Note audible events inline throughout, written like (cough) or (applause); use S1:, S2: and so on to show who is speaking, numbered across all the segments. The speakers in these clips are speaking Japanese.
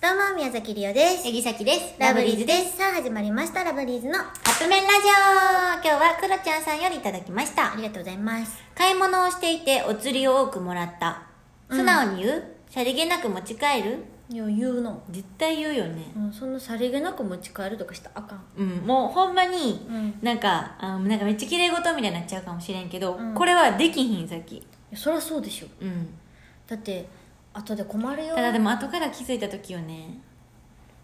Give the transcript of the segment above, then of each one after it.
S1: どうも、宮崎りおです。
S2: えぎさきです。
S1: ラブリーズです。さあ、始まりました、ラブリーズの。あ
S2: カップ麺ラジオ今日はクロちゃんさんよりいただきました。
S1: りがとうございます。
S2: 買い物をしていてお釣りを多くもらった。素直に言う、さりげなく持ち帰る
S1: 余裕の。
S2: 絶対言うよね。
S1: うん、そんなさりげなく持ち帰るとかしたらあかん。
S2: うん、もうほんまに、
S1: うん
S2: なんか、あなんかめっちゃ綺麗事みたいになっちゃうかもしれんけど、
S1: うん
S2: これはできひん、さっき。
S1: いやそりゃそうでしょ。
S2: うん。
S1: だって、後で困るよ。
S2: ただでも後から気づいた時よね、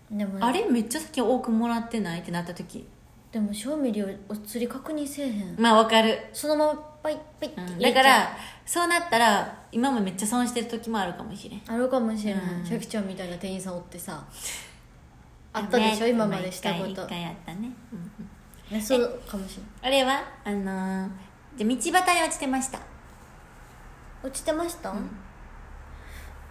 S1: でも
S2: あれめっちゃさっき多くもらってないってなった時。
S1: でも、賞味りお、お釣り確認せえへん。
S2: まあわかる。
S1: そのまま、パイパイって
S2: う
S1: 入
S2: ん、
S1: れち
S2: だ
S1: ゃ
S2: か
S1: う、
S2: ら、そうなったら、今もめっちゃ損してる時もあるかもしれん。
S1: あるかもしれない。
S2: うん
S1: シャキちゃんみたいな店員さんおってさ。あったでしょ、今までしたこ
S2: 一回
S1: と
S2: 一。回やったね、うんうん
S1: ね、そうかもしれない。
S2: あれはあのーじゃあ道端に落ちてました
S1: 落ちてました、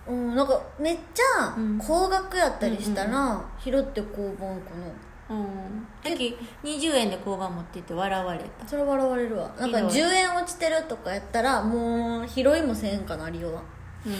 S1: うん、なんかめっちゃ
S2: うん
S1: 高額やったりしたら、拾って交番かな
S2: うんさっき20円で交番持ってって笑われた
S1: それ笑われるわなんか
S2: ひどい
S1: 10円落ちてるとかやったらもう拾いもせんかなリオは
S2: うん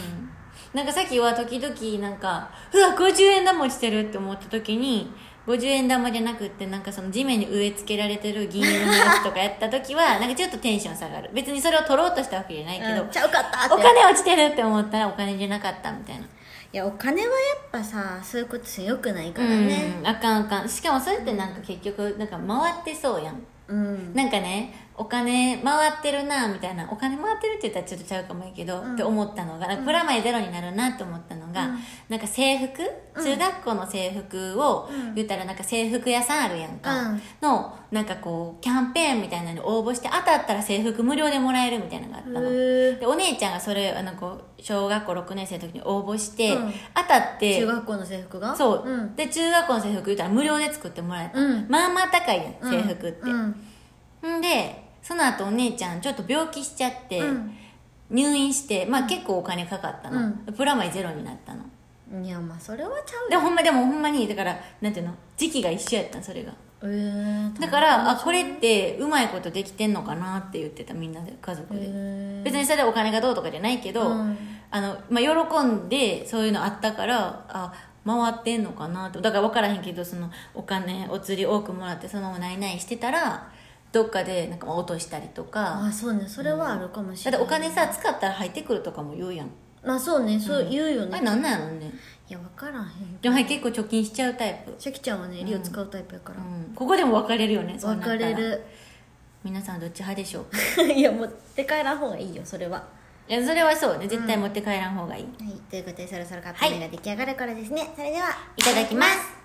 S2: なんかさっきは時々なんかうわ50円玉落ちてるって思った時に50円玉じゃなくってなんかその地面に植え付けられてる銀色のやつとかやった
S1: (laughs)
S2: 時はなんかちょっとテンション下がる別にそれを取ろうとしたわけじゃないけど、
S1: うんちゃうかったって
S2: お金落ちてるって思ったらお金じゃなかったみたいない
S1: やお金はやっぱさそういうことしよくないから
S2: う
S1: ね
S2: んあかんあかんしかもそれってなんか結局なんか回ってそうやん
S1: うん、
S2: なんかねお金回ってるなみたいなお金回ってるって言ったらちょっとちゃうかもいいけど、
S1: うん
S2: って思ったのがなんかプラマイゼロになるなって思ったのが、
S1: うん
S2: なんか制服中学校の制服を、
S1: うん
S2: 言ったらなんか制服屋さんあるやんか、
S1: うん
S2: のなんかこうキャンペーンみたいなのに応募して当たったら制服無料でもらえるみたいなのがあったの。
S1: へー
S2: でお姉ちゃんがそれあのこう小学校6年生の時に応募して、
S1: うん
S2: 当たって
S1: 中学校の制服が
S2: そう、
S1: うん、
S2: で中学校の制服言ったら無料で作ってもらえた、
S1: うん
S2: まあまあ高いやん制服って、
S1: うん
S2: んでその後お姉ちゃんちょっと病気しちゃって、
S1: うん
S2: 入院してまあ結構お金かかったの、
S1: うん
S2: プラマイゼロになったの
S1: うんいやまあそれはちゃう
S2: でほんまでもほんまにだからなんていうの時期が一緒やったんそれが
S1: えー
S2: だからあこれってうまいことできてんのかなって言ってたみんなで家族
S1: へ
S2: で、
S1: ー
S2: 別にそれでお金がどうとかじゃないけど、
S1: うん
S2: あのまあ、喜んでそういうのあったからあ回ってんのかなとだから分からへんけどそのお金お釣り多くもらってそのままないないしてたらどっかでなんかまあ落としたりとか
S1: あそうねそれはあるかもし
S2: だ
S1: れ
S2: っ
S1: な
S2: て
S1: い、
S2: お金さ使ったら入ってくるとかも言うやん
S1: まあそうねそう言うよね、
S2: あれなんなんやろね
S1: いや分からへん
S2: でもはい結構貯金しちゃうタイプ、
S1: シャキちゃんはねリオ使うタイプやか
S2: う
S1: ら、
S2: ん、ここでも分かれるよねそう
S1: 分
S2: なったら
S1: かれる
S2: 皆さんどっち派でしょう
S1: (laughs)
S2: か
S1: いや持って帰らん方がいいよそれははい
S2: やそれはそうね絶対持って帰らん方がいい、
S1: いということでそろそろカッ
S2: はい
S1: プ麺が出来上がるからですね、それではい
S2: ただきます